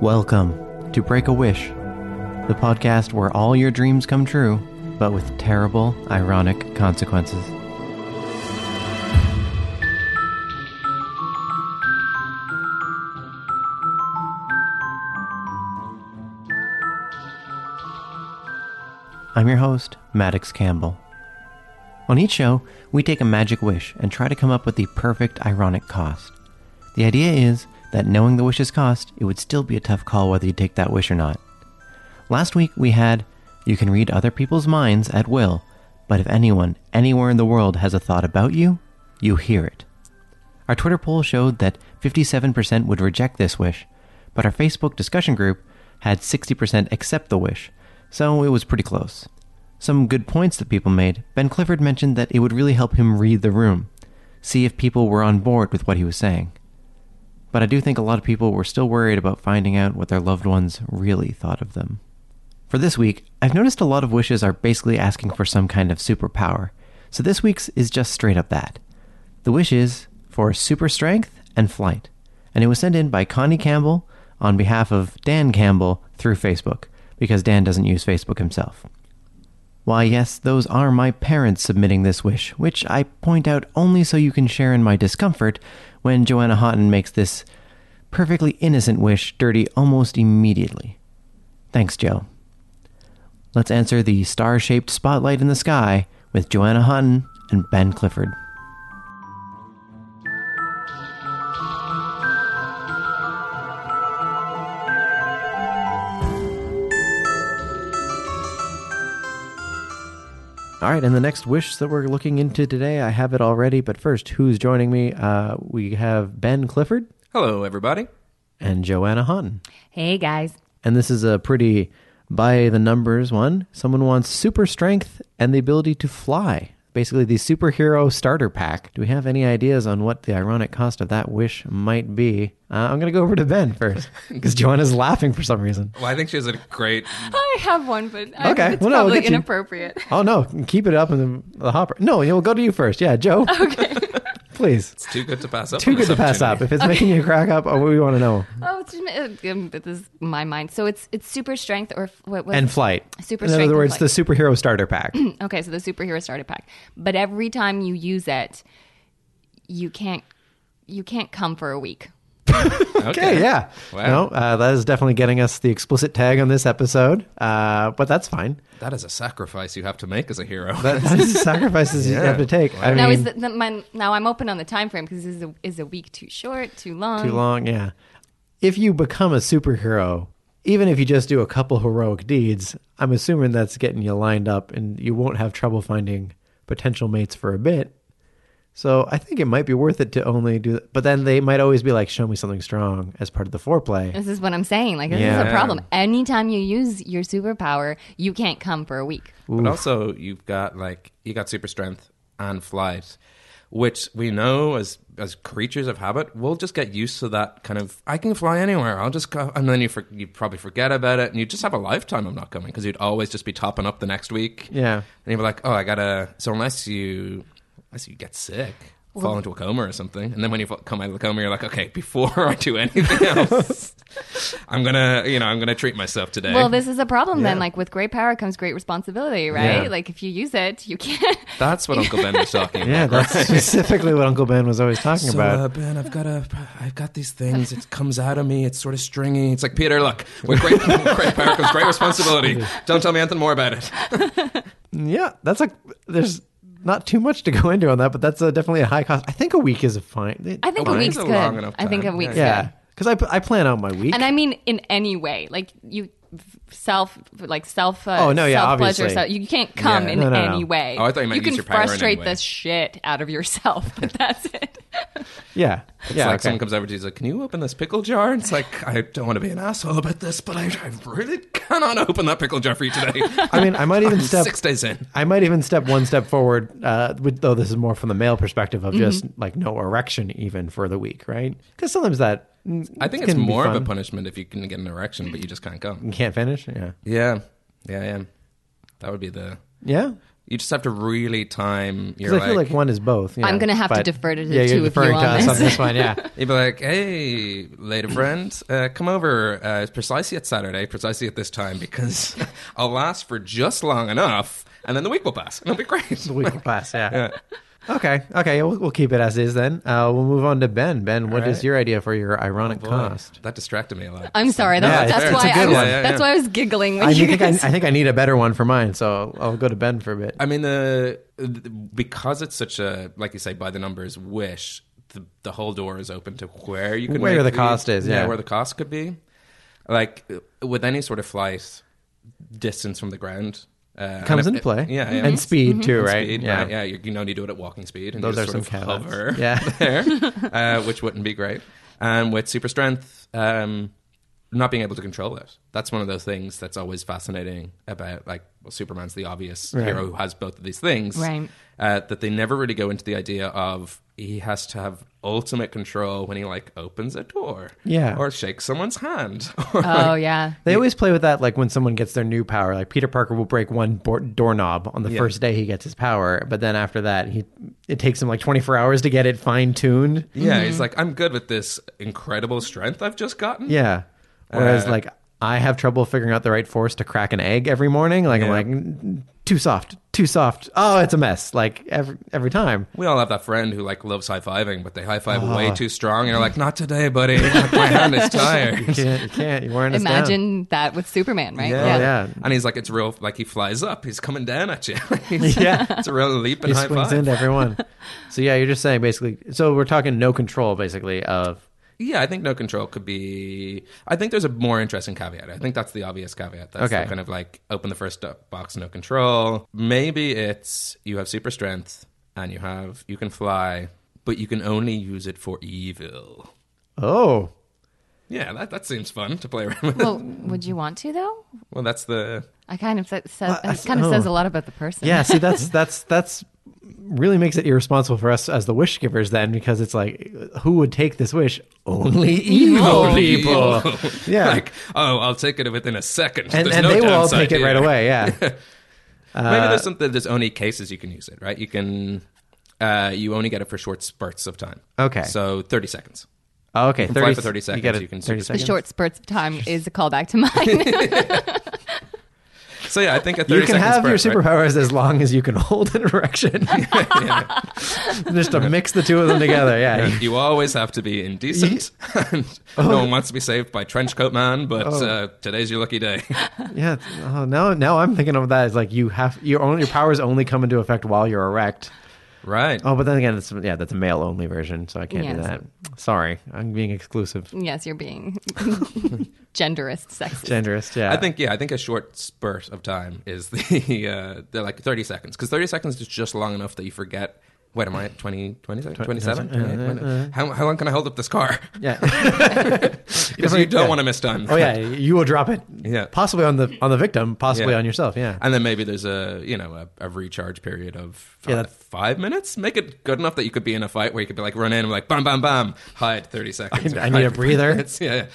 Welcome to Break a Wish, the podcast where all your dreams come true, but with terrible, ironic consequences. I'm your host, Maddox Campbell. On each show, we take a magic wish and try to come up with the perfect ironic cost. The idea is that knowing the wish's cost, it would still be a tough call whether you take that wish or not. Last week we had you can read other people's minds at will, but if anyone anywhere in the world has a thought about you, you hear it. Our Twitter poll showed that 57% would reject this wish, but our Facebook discussion group had 60% accept the wish, so it was pretty close. Some good points that people made. Ben Clifford mentioned that it would really help him read the room, see if people were on board with what he was saying. But I do think a lot of people were still worried about finding out what their loved ones really thought of them. For this week, I've noticed a lot of wishes are basically asking for some kind of superpower, so this week's is just straight up that. The wish is for super strength and flight, and it was sent in by Connie Campbell on behalf of Dan Campbell through Facebook, because Dan doesn't use Facebook himself. Why, yes, those are my parents submitting this wish, which I point out only so you can share in my discomfort when Joanna Houghton makes this perfectly innocent wish dirty almost immediately. Thanks, Joe. Let's answer the star shaped spotlight in the sky with Joanna Houghton and Ben Clifford. All right, and the next wish that we're looking into today, I have it already, but first, who's joining me? Uh, we have Ben Clifford Hello, everybody. and Joanna Houghton. Hey guys. And this is a pretty by the numbers one. Someone wants super strength and the ability to fly. Basically, the superhero starter pack. Do we have any ideas on what the ironic cost of that wish might be? Uh, I'm going to go over to Ben first because Joanna's laughing for some reason. Well, I think she has a great. I have one, but I, Okay, it's well, no, we'll probably get you. inappropriate. Oh, no. Keep it up in the, the hopper. No, we'll go to you first. Yeah, Joe. Okay. Please. It's too good to pass up. Too on good this to pass up. opportunity. If it's making you crack up, oh, we want to know. Oh, it's just, uh, um, this is my mind. So it's it's super strength or f- what? what And flight. Super In strength other and words, flight. the superhero starter pack. Okay, so the superhero starter pack. But every time you use it, you can't you can't come for a week. Okay, yeah. No, Wow. uh, that is definitely getting us the explicit tag on this episode, uh, but that's fine. That is a sacrifice you have to make as a hero. That, that is sacrifices you Yeah. have to take. I now mean, is the, the, my, now I'm open on the time frame because is a, is a week too short, too long? too long, yeah. If you become a superhero, even if you just do a couple heroic deeds, I'm assuming that's getting you lined up and you won't have trouble finding potential mates for a bit. So I think it might be worth it to only do, but then they might always be like, show me something strong as part of the foreplay. This is what I'm saying. Like this is Yeah. a problem. Anytime you use your superpower, you can't come for a week. But also, you've got like you got super strength and flight, which we know as as creatures of habit, we'll just get used to that kind of. I can fly anywhere. I'll just go, and then you for, you probably forget about it, and you just have a lifetime of not coming because you'd always just be topping up the next week. Yeah. and you'd be like, oh, I gotta. So unless you unless you get sick. Fall into a coma or something, and then when you fa- come out of the coma, you're like, okay, before I do anything else, I'm gonna, you know, I'm gonna treat myself today. Well, this is a problem then. Yeah. Like with great power comes great responsibility, right? Yeah. Like if you use it, you can't. That's what Uncle Ben was talking about. Yeah, that's specifically what Uncle Ben was always talking So, about. uh, Ben, I've got a, I've got these things. It comes out of me. It's sort of stringy. It's like Peter. Look, with great, great power comes great responsibility. Don't tell me anything more about it. Yeah, that's like there's not too much to go into on that, but that's uh definitely a high cost. I think a week is a fine. I think A a week week's is a good. long enough I think a time. week's yeah, good. because I, I plan out my week. And I mean in any way, like you self, like self. Uh, Oh, no, yeah, self pleasure. obviously. So you can't come Yeah. in No, no, no. any way. Oh, I thought you meant you can use your power in frustrate any way. the shit out of yourself. But that's it. yeah, It's yeah. like okay. someone comes over to you, he's like, "Can you open this pickle jar?" And it's like, I don't want to be an asshole about this, but I, I really cannot open that pickle jar for you today. I mean, I might even step. Six days in. I might even step one step forward, uh, with, though this is more from the male perspective Mm-hmm. of just like no erection even for the week, right? Because sometimes that I think it's more of a punishment if you can get an erection, but you just can't come. can't finish. Yeah, Yeah, yeah, yeah. That would be the yeah. You just have to really time. You're Because I feel like one is both. you I'm know, gonna have to but- defer to the yeah, two you're of you deferring on to us this. on this one. Yeah, You'd be like, hey, later friend, uh, come over uh, precisely at Saturday, precisely at this time, because I'll last for just long enough, and then the week will pass, and it'll be great. the week will pass. Yeah. Okay. Okay. We'll, we'll keep it as is then. Uh, we'll move on to Ben. Ben, what is right. your idea for your ironic Boy, cost? That distracted me a lot. I'm sorry. Yeah, it's That's, that's fair. why It's a I good was, one. Yeah, yeah, that's yeah. why I was giggling when I you think I, guys. I think I need a better one for mine, so I'll go to Ben for a bit. I mean, the because it's such a like you say by the numbers wish. The, the whole door is open to where you can Where make the cost is, yeah. where the cost could be. Like with any sort of flight, distance from the ground uh, Comes and into if- play. Yeah, yeah. and speed too, right? Speed, yeah. yeah. You, you know, you do it at walking speed, and Those you are just some sort catalysts. of hover Yeah. there, uh, which wouldn't be great. And with super strength, um, not being able to control it. That's one of those things that's always fascinating about like well, Superman's the obvious hero who has both of these things. Right. Uh, that they never really go into the idea of he has to have ultimate control when he like opens a door, Yeah. or shakes someone's hand, or oh yeah. They always play with that, like when someone gets their new power. Like Peter Parker will break one bo- doorknob on the first day he gets his power, but then after that, he it takes him like 24 hours to get it fine tuned. yeah, he's like, I'm good with this incredible strength I've just gotten. Yeah. Whereas like I have trouble figuring out the right force to crack an egg every morning. Like I'm Yeah. like "Mm, too soft, too soft. Oh, it's a mess. Like every every time. We all have that friend who like loves high fiving, but they high five Ah. way too strong, and you're like, "Not today, buddy. My hand is You tired." can't. You can't. You're wearing us down. Imagine that with Superman, right? Oh, yeah. And he's like, "It's real." Like he flies up, he's coming down at you. Yeah. it's a real leap and He high swings five. into everyone. so yeah, you're just saying basically. So we're talking no control basically of Yeah, I think no control could be. I think there's a more interesting caveat. I think that's the obvious caveat. That's Okay. the kind of like open the first up box, no control. Maybe it's you have super strength and you have you can fly, but you can only use it for evil. oh. Yeah, that, that seems fun to play around with. Well, would you want to though? well, that's the I kind of sa- says I it kind of s- says oh. a lot about the person. Yeah, see that's that's that's really makes it irresponsible for us as the wish givers then because it's like who would take this wish? Only evil Evil people. Yeah. like, oh, I'll take it within a second. and There's and no they will all downside take it here. right away, Uh, yeah. Maybe there's something. There's only cases you can use it, right? You can, uh, you only get it for short spurts of time. Okay. so thirty seconds. Oh, okay, can fly 30, for 30 seconds, You, gotta- you can 30 super- The seconds. short spurts of time is a callback to mine. So yeah, I think a You thirty can second have your spurt, right? superpowers as long as you can hold an erection. Just to mix the two of them together, yeah. You always have to be indecent. and no one wants to be saved by trench coat man, but Oh. uh, today's your lucky day. Yeah. it's- Oh, no, now I'm thinking of that as like you have your only your powers only come into effect while you're erect. right. Oh, but then again, it's, yeah, that's a male only version, so I can't do Yes. that. Sorry, I'm being exclusive, yes, you're being genderist, sexist. genderist. Yeah, I think yeah, I think a short spurt of time is the uh, they're like thirty seconds because thirty seconds is just long enough that you forget. Wait, am I at 20, 20 seconds? 27? how, how long can I hold up this car? Yeah. Because you don't Yeah. want to miss time. Oh yeah, you will drop it. Yeah. Possibly on the on the victim, possibly Yeah. on yourself. Yeah. And then maybe there's a you know a, a recharge period of Yeah, uh, that's- five minutes. Make it good enough that you could be in a fight where you could be like run in and like bam bam bam hide thirty seconds. I need a breather. It's, yeah, yeah.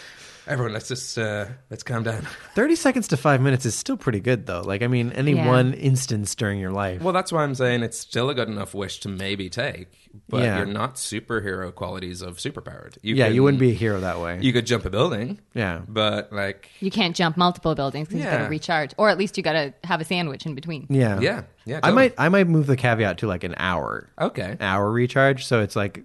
everyone, let's just uh, let's calm down. Thirty seconds to five minutes is still pretty good though. Like I mean, any Yeah. one instance during your life. Well, that's why I'm saying it's still a good enough wish to maybe take, but Yeah. you're not superhero qualities of superpowered. You yeah, can- you wouldn't be a hero that way. You could jump a building. Yeah. but like You can't jump multiple buildings because you got Yeah. to recharge, or at least you got to have a sandwich in between. yeah. yeah, yeah. I totally. might I might move the caveat to like an hour. Okay. Hour recharge, so it's like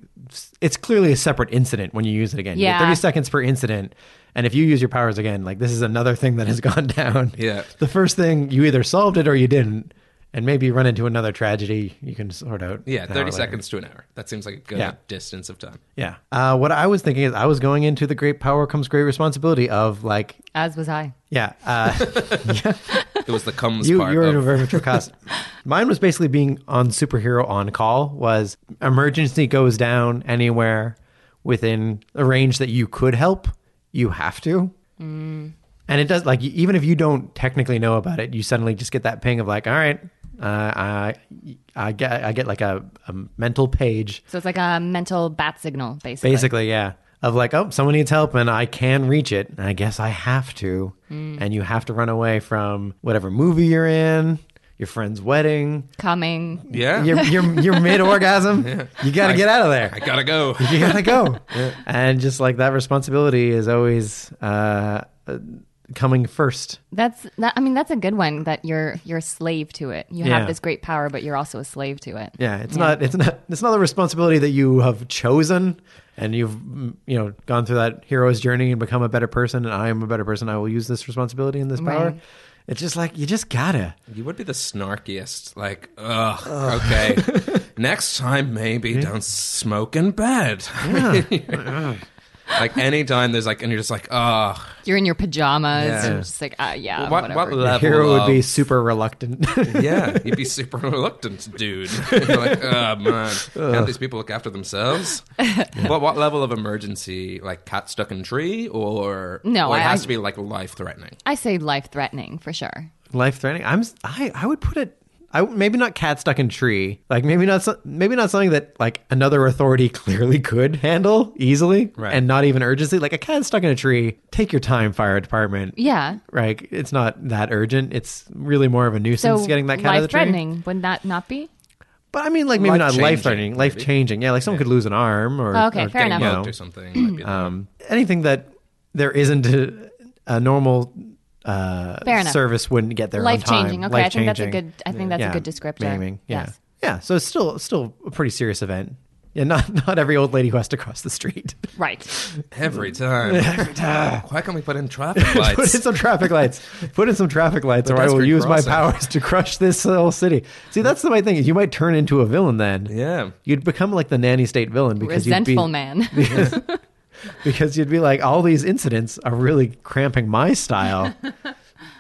it's clearly a separate incident when you use it again. You get Yeah. Thirty seconds per incident, and if you use your powers again, like this is another thing that has gone down. Yeah. The first thing you either solved it or you didn't, and maybe you run into another tragedy you can sort out. Yeah, an hour thirty later. seconds to an hour. That seems like a good Yeah. distance of time. Yeah. Uh, what I was thinking is I was going into the great power comes great responsibility of like, As was I. yeah, uh, It was the comes you, part. you're in a of- very mature cost. Mine was basically being on superhero on call was emergency goes down anywhere within a range that you could help. You have to. Mm. And it does like even if you don't technically know about it, you suddenly just get that ping of like, all right, uh, I I get I get like a, a mental page So it's like a mental bat signal, basically. Basically, yeah. Of like, oh, someone needs help and I can reach it. Mm. And I guess I have to. And you have to run away from whatever movie you're in. your friend's wedding, Coming. Yeah. your your, your mid orgasm. You got to get out of there. I gotta go. you gotta go. And just like that responsibility is always uh, uh, coming first. That's that. I mean, that's a good one. That you're you're a slave to it. You Yeah. have this great power, but you're also a slave to it. Yeah, it's not it's not it's not a responsibility that you have chosen and you've mm, you know gone through that hero's journey and become a better person and I am a better person. I will use this responsibility and this power. Right. It's just like you just gotta. You would be the snarkiest. Like, ugh, okay. Next time, maybe don't smoke in bed. like any time there's like, and you're just like, ugh. You're in your pajamas. Yeah. and you're just like, ah, yeah, what- whatever. what The Level hero would be of- super reluctant. Yeah, you'd be super reluctant, dude. You're like, oh man, can't these people look after themselves? What what level of emergency? Like cat stuck in tree, or No, or it I- has I- to be like life threatening. I say life threatening for sure. Life threatening. I'm s- I I would put it I, maybe not cat stuck in tree. Like maybe not so- maybe not something that like another authority clearly could handle easily Right. and not even urgency. Like a cat stuck in a tree. Take your time, fire department. Yeah. Right, it's not that urgent. It's really more of a nuisance So getting that cat out life of the tree. threatening would that not be? But I mean, like maybe not Life-changing, life threatening, life changing. Yeah, like someone could lose an arm or Oh, okay, or fair getting enough. Boat No. yoked or something. might be the- um, anything that there isn't a, a normal Fair uh, enough. service wouldn't get there. Life changing. Okay, I think that's a Life-changing. good. I think that's Yeah. a good descriptor. Maiming. Yeah, Yes. yeah. So it's still still a pretty serious event. Yeah, not not every old lady who has to cross the street. Right. Every time. Why can't we put in traffic Uh, Put in lights? some traffic lights. Put in some traffic lights, or I will pedestrian use crossing. my powers to crush this whole city. See, that's the main thing. Is you might turn into a villain then. Yeah. You'd become like the nanny state villain because Resentful you'd be man. because you'd be like all these incidents are really cramping my style.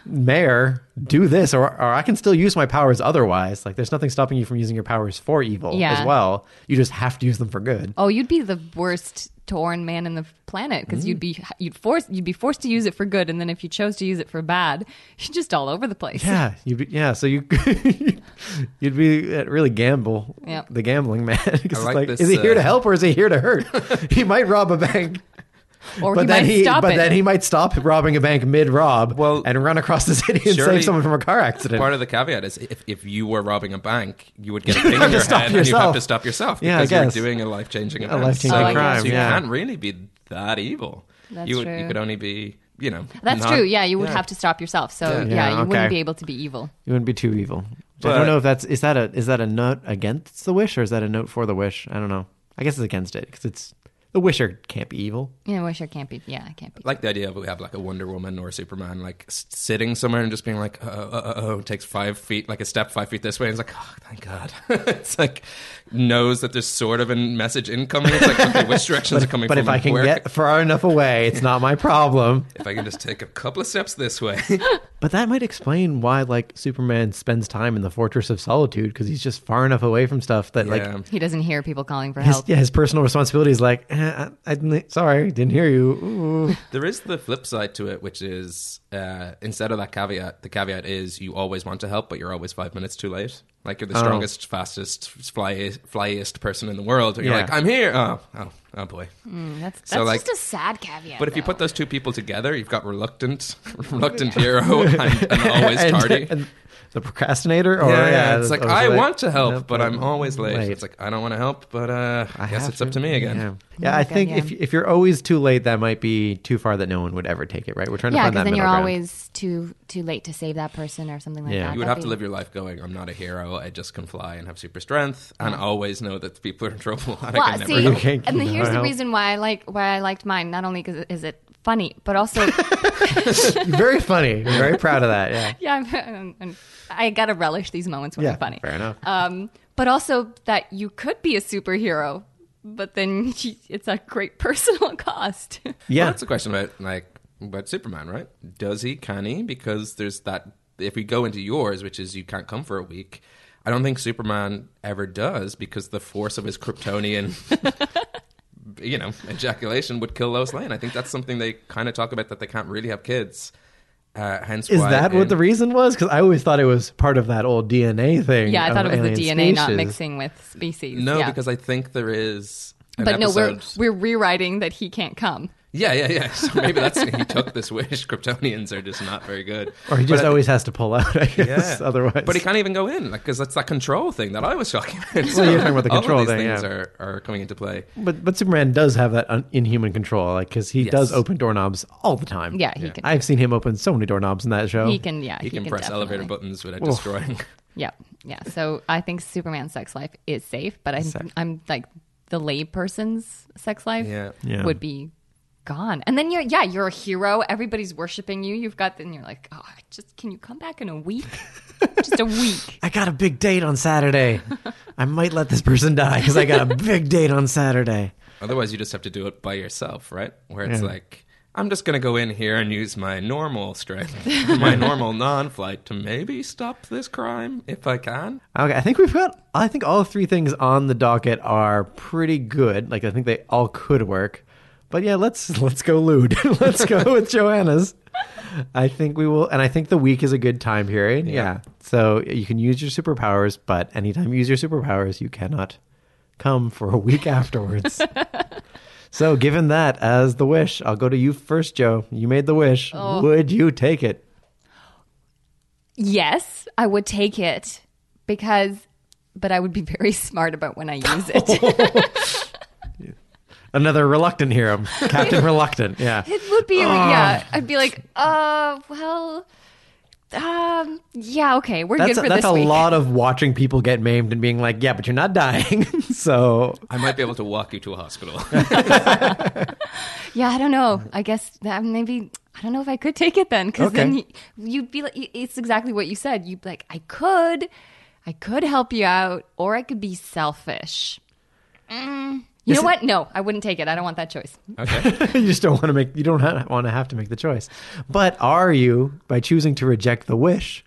Mayor, do this, or or I can still use my powers otherwise. Like there's nothing stopping you from using your powers for evil Yeah. as well. You just have to use them for good. oh, you'd be the worst torn man in the planet because you'd Mm-hmm. be you'd forced you'd be forced to use it for good, and then if you chose to use it for bad, you're just all over the place. Yeah, you would be yeah. So you you'd be uh, really gamble Yep. the gambling man. 'Cause it's like like, this, is he here uh, to help or is he here to hurt? he might rob a bank, Or but he then might he stop but it. then he might stop robbing a bank mid rob Well, and run across the city and surely- save someone from a car accident. Part of the caveat is if, if you were robbing a bank, you would get a ping in your stop head and you'd have yourself. to stop yourself Yeah, I because guess. you're doing a life changing A life-changing Oh, I crime, guess. you yeah. can't really be that evil. That's you, would, you true. could only be, you know. That's not- true. Yeah, you would yeah. have to stop yourself. So yeah, Yeah. Yeah, you okay. wouldn't be able to be evil. You wouldn't be too evil. So I But- don't know if that's is that a is that a note against the wish or is that a note for the wish? I don't know. I guess it's against it because it's the wisher can't be evil. Yeah, well, sure can't be. Yeah, I can't be. Like the idea of we have like a Wonder Woman or a Superman like s- sitting somewhere and just being like, uh oh, uh oh, takes five feet, like a step five feet this way. And it's like, oh, thank God. it's like, knows that there's sort of a message incoming. It's like, okay, which directions are coming But from? if I and can where- get far enough away, it's not my problem. if I can just take a couple of steps this way. But that might explain why like Superman spends time in the Fortress of Solitude because he's just far enough away from stuff that like yeah. He doesn't hear people calling for his, help. yeah, his personal responsibility is like eh, I, I didn't, sorry didn't hear you. Ooh. There is the flip side to it, which is uh, instead of that caveat, the caveat is you always want to help, but you're always five minutes too late. Like Oh. you're the strongest, fastest, flyest, flyest person in the world. And you're Yeah. like, I'm here. Oh, oh, oh boy. Mm, that's that's So, like- just a sad caveat. But if you though. put those two people together, you've got reluctant, reluctant hero and, and always And- tardy. and the procrastinator. Or, yeah, yeah, yeah, it's like or is I it- want to help, Nope, but I'm always late. late. It's like I don't want to help, but uh, I guess have it's up to me again. Yeah, Oh yeah my I God, think yeah. if if you're always too late, that might be too far that no one would ever take it. Right? We're trying to yeah, find because that then middle you're ground. always too too late to save that person or something like Yeah. that. You would That'd have be- to live your life going, I'm not a hero, I just can fly and have super strength, and always know that people are in trouble and I Well, can see, never You can't and keep here's it the out. reason why I like why I liked mine. Not only because is it funny, but also very funny. I'm very proud of that. Yeah. yeah, I'm, I'm, I gotta relish these moments when Yeah. they're funny. Fair enough. Um, but also that you could be a superhero, but then it's a great personal cost. yeah. Well, that's a question about like about Superman, right? Does he? Can he? Because there's that. If we go into yours, which is you can't come for a week, I don't think Superman ever does because the force of his Kryptonian, you know, ejaculation would kill Lois Lane. I think that's something they kind of talk about that they can't really have kids. Uh, hence, Is why that in- what the reason was? Because I always thought it was part of that old DNA thing. yeah, I of thought it was alien the DNA not species. mixing with species. No, yeah. because I think there is. An but no, episode, we're we're rewriting that he can't come. Yeah, yeah, yeah. So maybe that's he took this wish. Kryptonians are just not very good. Or he just But I- always has to pull out, I guess, otherwise. But he can't even go in, like, because that's that control thing that I was talking about. So you're talking about the all of control these thing, things yeah. are, are coming into play. But but Superman does have that un- inhuman control, like because he Yes. does open doorknobs all the time. Yeah, he Yeah. can- I've seen him open so many doorknobs in that show. He can, yeah, He, can, press elevator definitely. buttons without destroying. Yep. Yeah. So I think Superman's sex life is safe, but I'm, I'm like the layperson's sex life Yeah. Yeah. would be gone. And then you're, yeah, you're a hero. Everybody's worshiping you. You've got, then you're like, oh, I just, can you come back in a week? just a week. I got a big date on Saturday. I might let this person die because I got a big date on Saturday. Otherwise, you just have to do it by yourself, right? Where it's Yeah. like, I'm just going to go in here and use my normal strength, my normal non-flight to maybe stop this crime if I can. Okay, I think we've got. I think all three things on the docket are pretty good. Like I think they all could work. But yeah, let's let's go lewd. let's go with Joanna's. I think we will, and I think the week is a good time period. Yeah. So you can use your superpowers, but anytime you use your superpowers, you cannot come for a week afterwards. so, given that as the wish, I'll go to you first, Joe. You made the wish. Would you take it? Yes, I would take it because, but I would be very smart about when I use it. Another reluctant hero, Captain Reluctant. Yeah. it would be, Oh. yeah, I'd be like, uh, well, um, yeah, okay, we're That's good a, for that's this a week. lot of watching people get maimed and being like, yeah, but you're not dying. so I might be able to walk you to a hospital. Yeah, I don't know. I guess that maybe I don't know if I could take it then, because Okay. then you, you'd be like, it's exactly what you said. You'd be like, I could, I could help you out, or I could be selfish. Mm, You know what? No, I wouldn't take it. I don't want that choice. Okay. you just don't want to make you don't want to have to make the choice. But are you by choosing to reject the wish,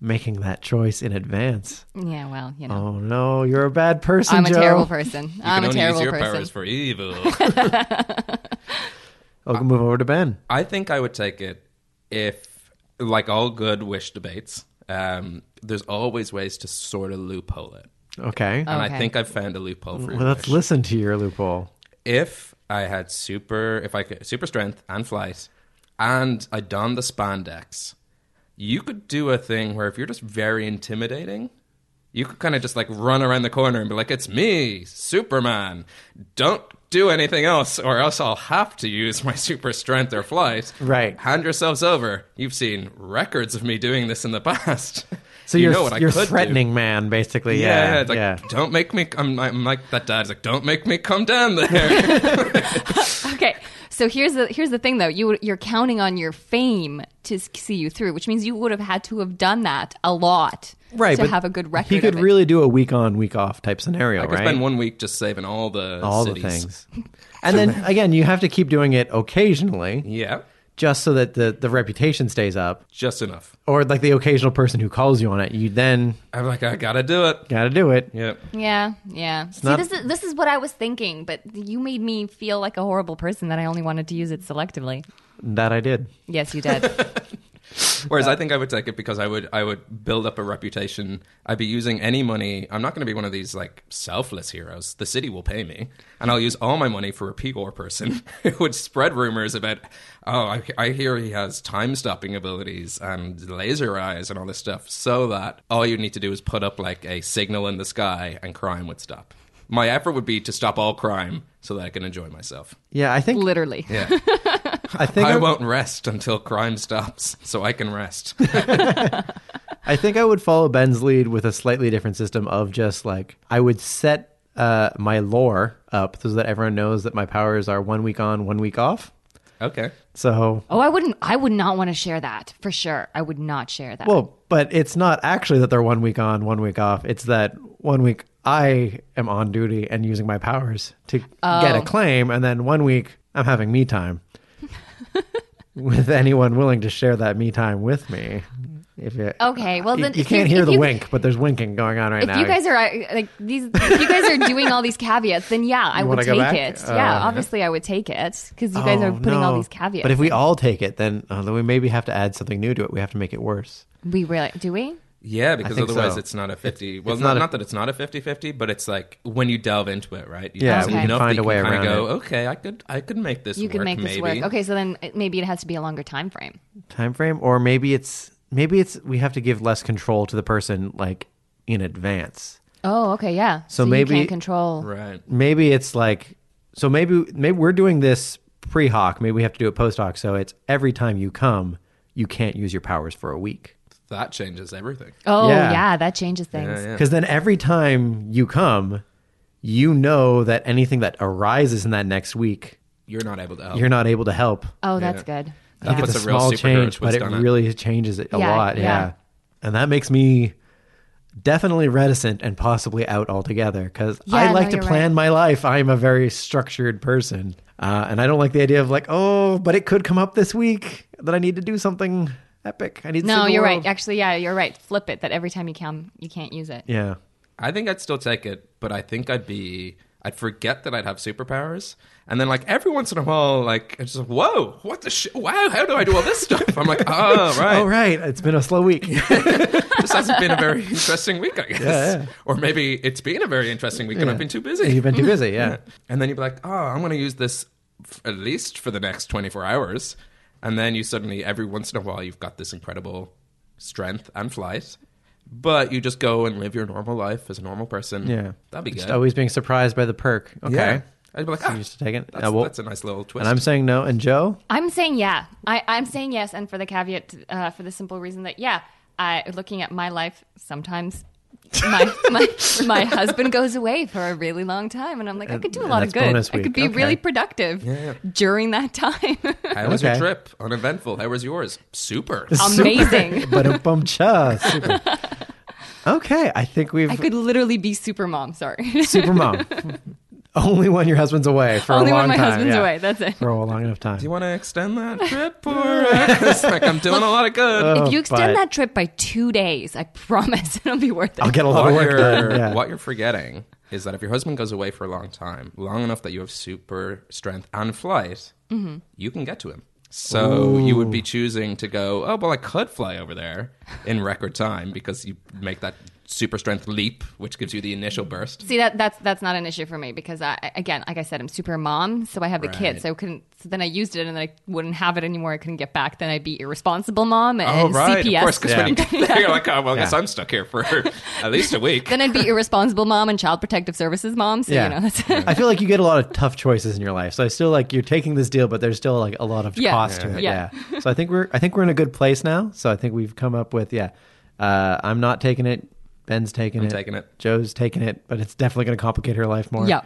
making that choice in advance? Yeah, well, you know, Oh no, you're a bad person. I'm a Joe. terrible person. You I'm can only a terrible use your person. powers for evil. I'll Oh, move over to Ben. I think I would take it if, like all good wish debates, um, there's always ways to sort of loophole it. Okay. And Okay. I think I've found a loophole for well, well, let's listen to your loophole. If I had super, if I could super strength and flight, and I donned the spandex, you could do a thing where if you're just very intimidating, you could kind of just like run around the corner and be like, "It's me, Superman! Don't do anything else, or else I'll have to use my super strength or flight." Right. Hand yourselves over. You've seen records of me doing this in the past. So you are know what I you're could do. threatening man, basically. Yeah, Yeah. it's like, don't make me. I'm, I'm like that dad's like, don't make me come down there. Okay, so here's the here's the thing though. You you're counting on your fame to s- see you through, which means you would have had to have done that a lot Right, to but have a good record. He could of it. really do a week on, week off type scenario, I could right? spend one week just saving all the All cities. the things. And then again, you have to keep doing it occasionally. Yeah, just so that the, the reputation stays up just enough. or like the occasional person who calls you on it you then I'm like, I gotta do it. gotta do it Yep. Yeah, yeah. See, not- this is this is what I was thinking, but you made me feel like a horrible person that I only wanted to use it selectively. that i did Yes, you did. Whereas I think I would take it because I would I would build up a reputation. I'd be using any money. I'm not going to be one of these like selfless heroes. The city will pay me, and I'll use all my money for a Pigor person who would spread rumors about. Oh, I, I hear he has time stopping abilities and laser eyes and all this stuff. So that all you need to do is put up like a signal in the sky, and crime would stop. My effort would be to stop all crime so that I can enjoy myself. yeah i think Literally. Yeah, i think I I, won't rest until crime stops, so I can rest. I think i would follow ben's lead with a slightly different system of just like i would set uh, my lore up so that everyone knows that my powers are one week on one week off okay. so Oh, I wouldn't. I would not want to share that for sure. I would not share that. well but it's not actually that they're one week on one week off it's that one week i am on duty and using my powers to Oh. get a claim and then one week i'm having me time with anyone willing to share that me time with me if you, Okay, Oh, well, you, then uh, you if can't you- hear if the you- wink but there's winking going on right if now you guys are uh, like these, if you guys are doing all these caveats, then yeah, I would wanna go take back? it. Uh, yeah, obviously, I would take it because you guys Oh, are putting all no. these caveats. but if we all take it then, uh, then we maybe have to add something new to it we have to make it worse we really do we? Yeah, because think otherwise so. it's not a 50. well, not, not a- not that it's not a 50 50, but it's like when you delve into it, right? You Yeah, delve we can enough find that you a way kinda around go, okay, I could I could make this You work. could make this maybe." work. Okay, so then it, maybe it has to be a longer time frame. time frame or maybe it's maybe it's we have to give less control to the person like in advance Oh, okay, yeah. So you maybe- can't control. Right. maybe it's like so maybe maybe we're doing this pre-hoc maybe we have to do it post-hoc so it's every time you come you can't use your powers for a week That changes everything. Oh, Yeah. yeah. that changes things. Yeah, yeah. because then every time you come you know that anything that arises in that next week You're not able to help. you're not able to help Oh, that's good. That Yeah. puts it's a a real small superhero change but twist it on it. really changes it a Yeah, lot yeah. yeah. and that makes me definitely reticent and possibly out altogether because Yeah, i no, like to you're plan my life i'm a very structured person uh, and i don't like the idea of like oh but it could come up this week that i need to do something epic i need to No, save the you're world. right. Actually, yeah, you're right. Flip it that every time you come, you can't use it. yeah I think I'd still take it, but I think I'd be. I'd forget that I'd have superpowers, and then like every once in a while, like it's just whoa, what the shit? Wow, how do I do all this stuff? I'm like, oh right, oh right it's been a slow week this hasn't been a very interesting week, I guess, Yeah, yeah. or maybe it's been a very interesting week and I've been too busy. you've been too busy yeah And then you'd be like, oh, I'm going to use this f- at least for the next 24 hours, and then you suddenly every once in a while you've got this incredible strength and flight, but you just go and live your normal life as a normal person. yeah that'd be just good. always being surprised by the perk okay Yeah. I'd be like, ah, you should take it That's, Yeah, well- that's a nice little twist. and i'm saying no and joe I'm saying yeah. I, I'm saying yes, and for the caveat, uh, for the simple reason that yeah, I looking at my life sometimes. my, my my husband goes away for a really long time, and I'm like, I could do a Uh, and lot of that's good. bonus I could week. be Okay. really productive during that time. How was Okay. your trip? Uneventful. How was yours? Super. Amazing. but a bum cha Super. okay i think we've I could literally be super mom. Sorry, Super mom. Only when your husband's away for only a long when my time. husband's yeah. away. That's it. For a long enough time. Do you want to extend that trip or? it's like I'm doing a lot of good. Oh, if you extend but- that trip by two days, I promise it'll be worth it. I'll get a lot what, of work you're, done. Yeah. what you're forgetting is that if your husband goes away for a long time, long enough that you have super strength and flight, you can get to him. So you would be choosing to go, oh, well, I could fly over there in record time because you make that super strength leap, which gives you the initial burst. See that that's that's not an issue for me because I again, like I said, I'm super mom, so I have the Right. kids. So I couldn't. So then I used it, and then I wouldn't have it anymore. I couldn't get back. Then I'd be irresponsible mom and Oh, right. CPS. Of course, because when you Yeah. get there, you're like, oh, well, I guess Yeah. I'm stuck here for at least a week. then I'd be irresponsible mom and child protective services mom. So you know, that's, I feel like you get a lot of tough choices in your life. So I still like you're taking this deal, but there's still like a lot of Yeah. cost to it. Yeah. Yeah. So I think we're I think we're in a good place now. So I think we've come up with yeah. Uh, I'm not taking it. Ben's taking I'm it. taking it. Joe's taking it, but it's definitely going to complicate her life more. Yeah.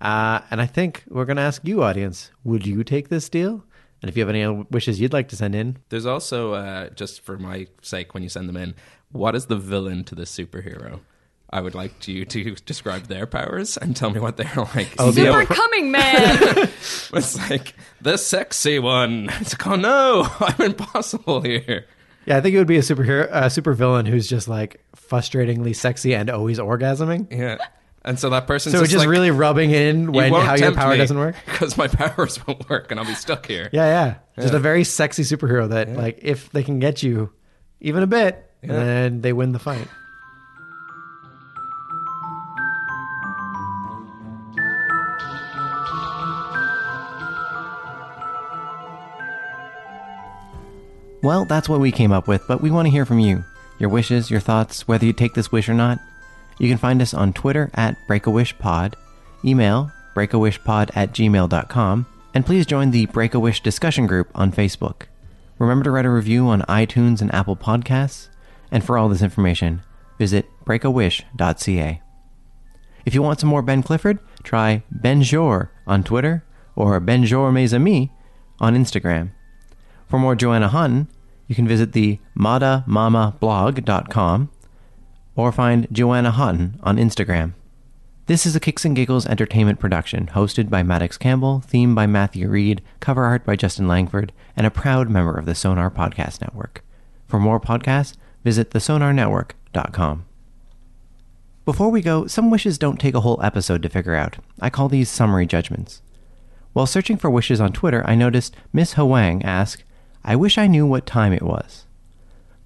Uh, and I think we're going to ask you, audience, would you take this deal? And if you have any other wishes you'd like to send in, There's also, uh, just for my sake, when you send them in, what is the villain to the superhero? I would like you to describe their powers and tell me what they're like. Oh, super coming man. It's like the sexy one. It's like, oh no, I'm impossible here. Yeah, I think it would be a superhero, a supervillain who's just like frustratingly sexy and always orgasming. Yeah, and so that person's So just, just, just like, really rubbing in when how your power doesn't work. because my powers won't work and I'll be stuck here. Yeah, yeah. Just a very sexy superhero that, like, if they can get you even a bit, Yeah. then they win the fight. Well, that's what we came up with, but we want to hear from you. Your wishes, your thoughts, whether you take this wish or not. You can find us on Twitter at BreakAWishPod, email breakawishpod at gmail.com, and please join the Break a Wish discussion group on Facebook. Remember to write a review on iTunes and Apple Podcasts, and for all this information, visit breakawish.ca. If you want some more Ben Clifford, try Benjour on Twitter or Benjour Mes Amis on Instagram. For more Joanna Hun, you can visit the madamamablog.com or find Joanna Hun on Instagram. This is a Kicks and Giggles entertainment production hosted by Maddox Campbell, theme by Matthew Reed, cover art by Justin Langford, and a proud member of the Sonar Podcast Network. For more podcasts, visit thesonarnetwork.com. Before we go, some wishes don't take a whole episode to figure out. I call these summary judgments. While searching for wishes on Twitter, I noticed Miss Hwang asked, I wish I knew what time it was.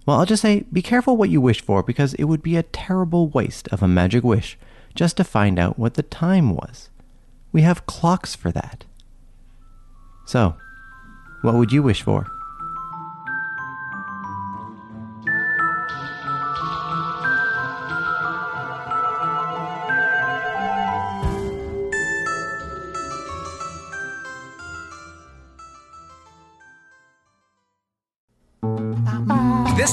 Well, I'll just say be careful what you wish for because it would be a terrible waste of a magic wish just to find out what the time was. We have clocks for that. So, what would you wish for? This